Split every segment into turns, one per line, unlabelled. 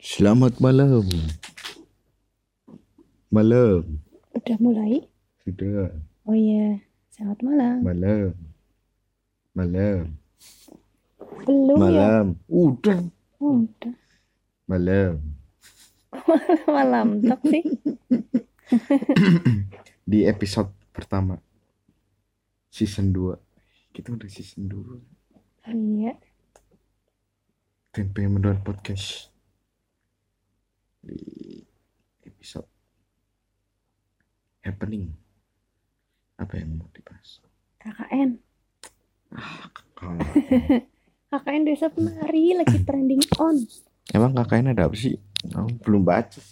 Selamat malam. Malam.
Udah mulai?
Sudah.
Oh iya, selamat malam.
Malam. Malam.
Belum ya?
Malam. Udah.
Oh, udah.
Malam.
malam tok sih.
Di episode pertama. Season 2. Kita udah season 2.
Oh, iya.
Tempe Mendoan Podcast. Di episode happening. Apa yang mau dibahas?
KKN.
Kalau
KKN Desa Penari lagi trending on.
Emang kakaknya ada apa sih? Oh, belum baca.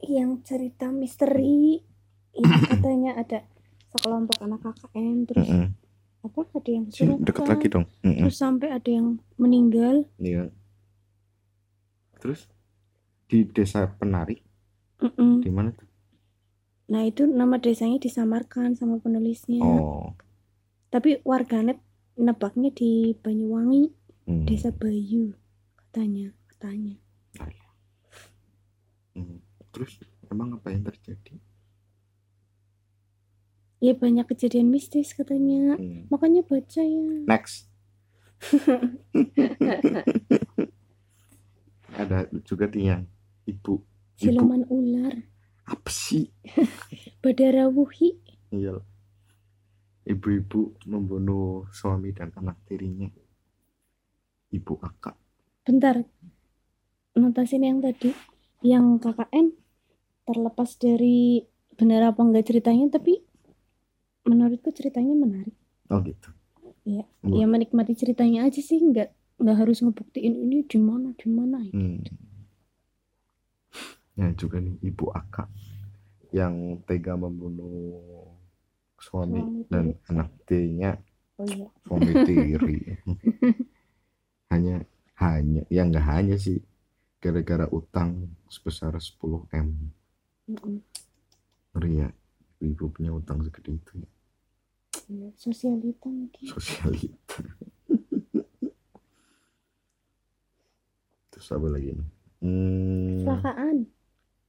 Yang cerita misteri. Yang katanya ada sekelompok anak KKN. Terus
Mm-mm.
apa ada yang
Sini, Deket
suruh
lagi dong. Mm-mm.
Terus sampai ada yang meninggal.
Iya. Terus di desa penari
Mm-mm.
di mana? tuh?
Nah itu nama desanya disamarkan sama penulisnya.
Oh.
Tapi warganet nebaknya di Banyuwangi,
Hmm.
Desa Bayu. Katanya, katanya.
Hmm. Terus emang apa yang terjadi?
Ya banyak kejadian mistis katanya.
Hmm.
Makanya baca ya.
Next. Ada juga nih yang ibu.
Siluman ular,
Apa sih?
Badara Wuhi.
Iya. Ibu-ibu membunuh suami dan anak tirinya. Ibu akak.
Bentar. Notasin yang tadi, yang KKN terlepas dari benar apa enggak ceritanya tapi menurutku ceritanya menarik.
Oh gitu.
Iya.
Hmm.
Ya menikmati ceritanya aja sih, enggak enggak harus ngebuktiin ini di mana di mana. ya.
Hmm. Ya juga nih ibu Aka yang tega membunuh suami
Suami
ya? dan anak tirinya
Oh iya.
suami tiri. hanya hanya ya nggak hanya sih gara-gara utang sebesar 10 m
Mm-mm.
ngeri ya ibu punya utang segede itu ya.
Iya, Sosialita mungkin.
Iya. sosialita terus apa lagi nih Hmm.
Kecelakaan.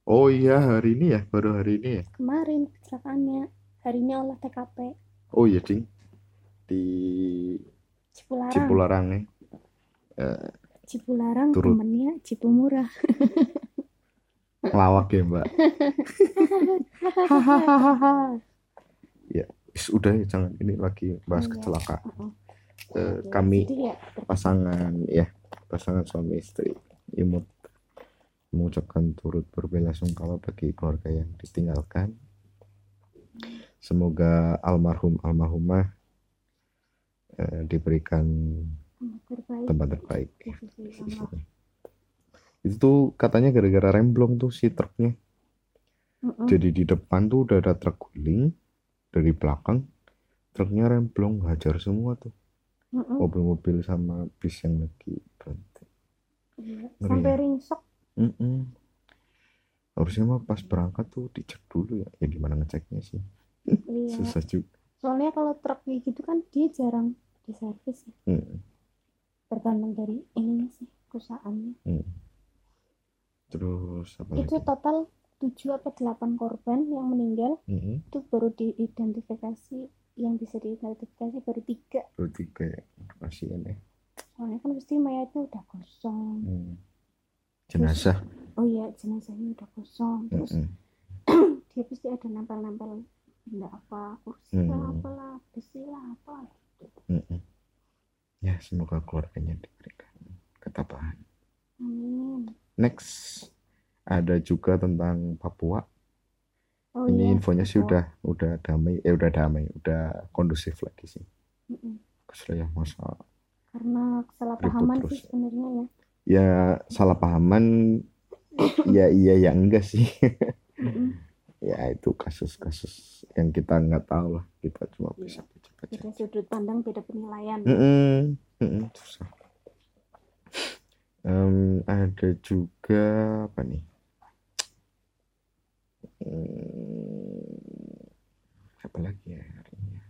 Oh iya hari ini ya baru hari ini ya
Kemarin kecelakaannya. Harinya olah TKP.
Oh iya ding di
Cipularang.
Cipularang nih
Cipularang
Turut.
temennya Cipumurah.
ngelawak ya mbak Is, udah ya jangan ini lagi bahas
Iya.
kecelakaan
Oh,
Eh,
oke.
kami
Jadi ya,
pasangan ya pasangan suami istri imut mengucapkan turut berbelasungkawa bagi keluarga yang ditinggalkan semoga almarhum almarhumah eh, diberikan
pengatur baik
tempat terbaik
di sisi Allah.
itu tuh katanya gara-gara remblong tuh si truknya
Mm-mm.
Jadi di depan tuh udah ada truk guling dari belakang truknya remblong hajar semua tuh
Mm-mm.
oh, mobil-mobil sama bis yang lagi berhenti.
Iya.
Ngeri
Sampai
ya.
ringsek.
Mm-mm. Harusnya mah pas berangkat tuh dicek dulu ya. Ya gimana ngeceknya sih?
Iya.
Susah juga.
Soalnya kalau truk kayak gitu kan dia jarang diservis ya.
Mm-mm.
Tergantung dari ininya sih perusahaannya.
Oh, Terus apa
Itu
lagi?
total 7 apa 8 korban yang meninggal
Mm-mm.
itu baru diidentifikasi yang bisa diidentifikasi baru tiga
Terus tiga ya. Kasihan ya.
soalnya kan pasti mayatnya udah kosong
Mm. Jenazah.
oh iya jenazahnya udah kosong terus
Mm-mm.
dia pasti ada nempel-nempel benda apa kursi lah
Hmm.
apalah besi lah apa
Mm-mm. Ya semoga keluarganya diberikan ketabahan.
amin
Next ada juga tentang Papua.
oh
Ini
iya
infonya sih
Papua.
udah udah damai, eh udah damai, udah kondusif lagi sih.
Mm-mm.
Keselnya masalah.
karena kesalahpahaman
Ribut terus.
sih sebenarnya ya
Ya salah pahaman, ya iya ya enggak sih.
Mm-mm.
ya itu kasus-kasus yang kita nggak tahu lah, kita cuma
Iya.
bisa baca baca.
beda sudut pandang beda penilaian
Mm-mm, mm-mm, susah. Em, ada juga apa nih? Hmm, apa lagi ya hari ini? ya?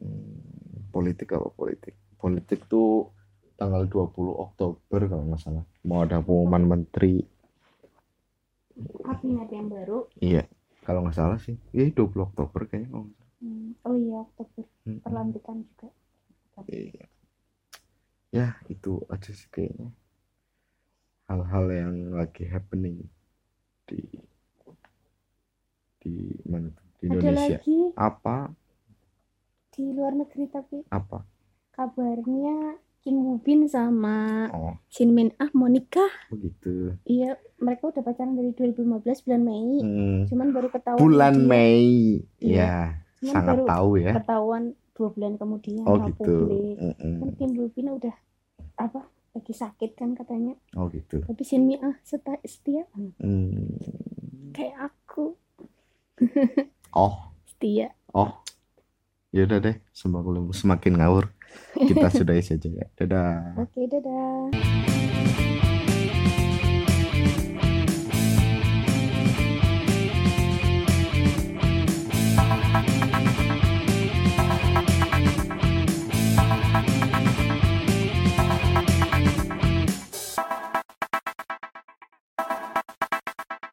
Hmm, politik apa politik? Politik tuh tanggal 20 Oktober kalau nggak salah. Mau ada pengumuman menteri. Hmm.
kabinet yang baru
Iya. Kalau nggak salah sih. Iya 20 Oktober kayaknya. kalau nggak salah. Hmm.
Hmm, oh iya Oktober
Mm-mm.
perlantikan juga
Iya. Ya itu aja sih kayaknya. Hal-hal yang lagi happening di di mana tuh? Di
ada
Indonesia.
lagi
Apa?
di luar negeri tapi
Apa?
kabarnya Kim Woo Bin sama
Oh,
Jin Min Ah mau nikah
begitu.
iya mereka udah pacaran dari 2015 bulan Mei
Hmm.
cuman baru ketahuan
bulan
dia-
Mei
Iya.
ya
cuman
sangat
baru
tahu ya
ketahuan dua bulan kemudian
oh
sama
gitu
publik.
Mm-mm.
kan Kim Woo Bin udah apa lagi sakit kan katanya
oh gitu
tapi Shin Min Ah seta- setia banget.
Hmm.
kayak aku
oh
setia
ya udah deh semakin semakin ngawur kita sudahi saja ya dadah
oke dadah